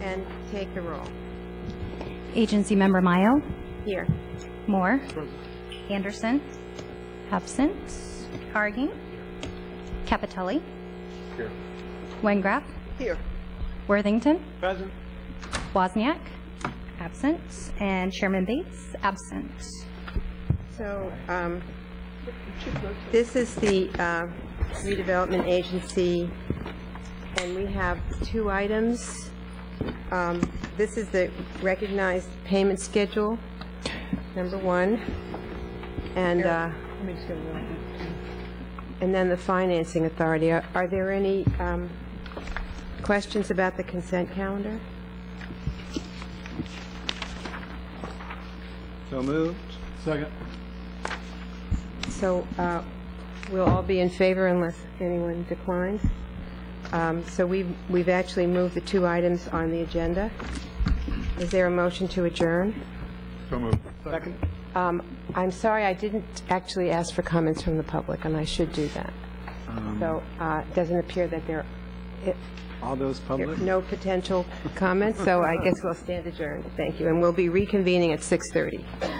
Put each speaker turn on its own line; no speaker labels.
and take the roll.
Agency Member Mayo,
Here.
Moore, Anderson, absent, Cargan, Capitelli,
Here.
Wengraff,
Here.
Worthington,
Present.
Wozniak, absent, and Chairman Bates, absent.
So, um, this is the uh, redevelopment agency, and we have two items. Um, This is the recognized payment schedule, number one, and, uh, and then the financing authority. Are are there any um, questions about the consent calendar?
So moved. Second.
So uh, we'll all be in favor unless anyone declines. Um, So we've we've actually moved the two items on the agenda. Is there a motion to adjourn?
So moved. Second.
Um, I'm sorry, I didn't actually ask for comments from the public, and I should do that. So uh, it doesn't appear that there it-
All those
there
public?
are no potential comments, so I guess we'll stand adjourned. Thank you, and we'll be reconvening at 6:30.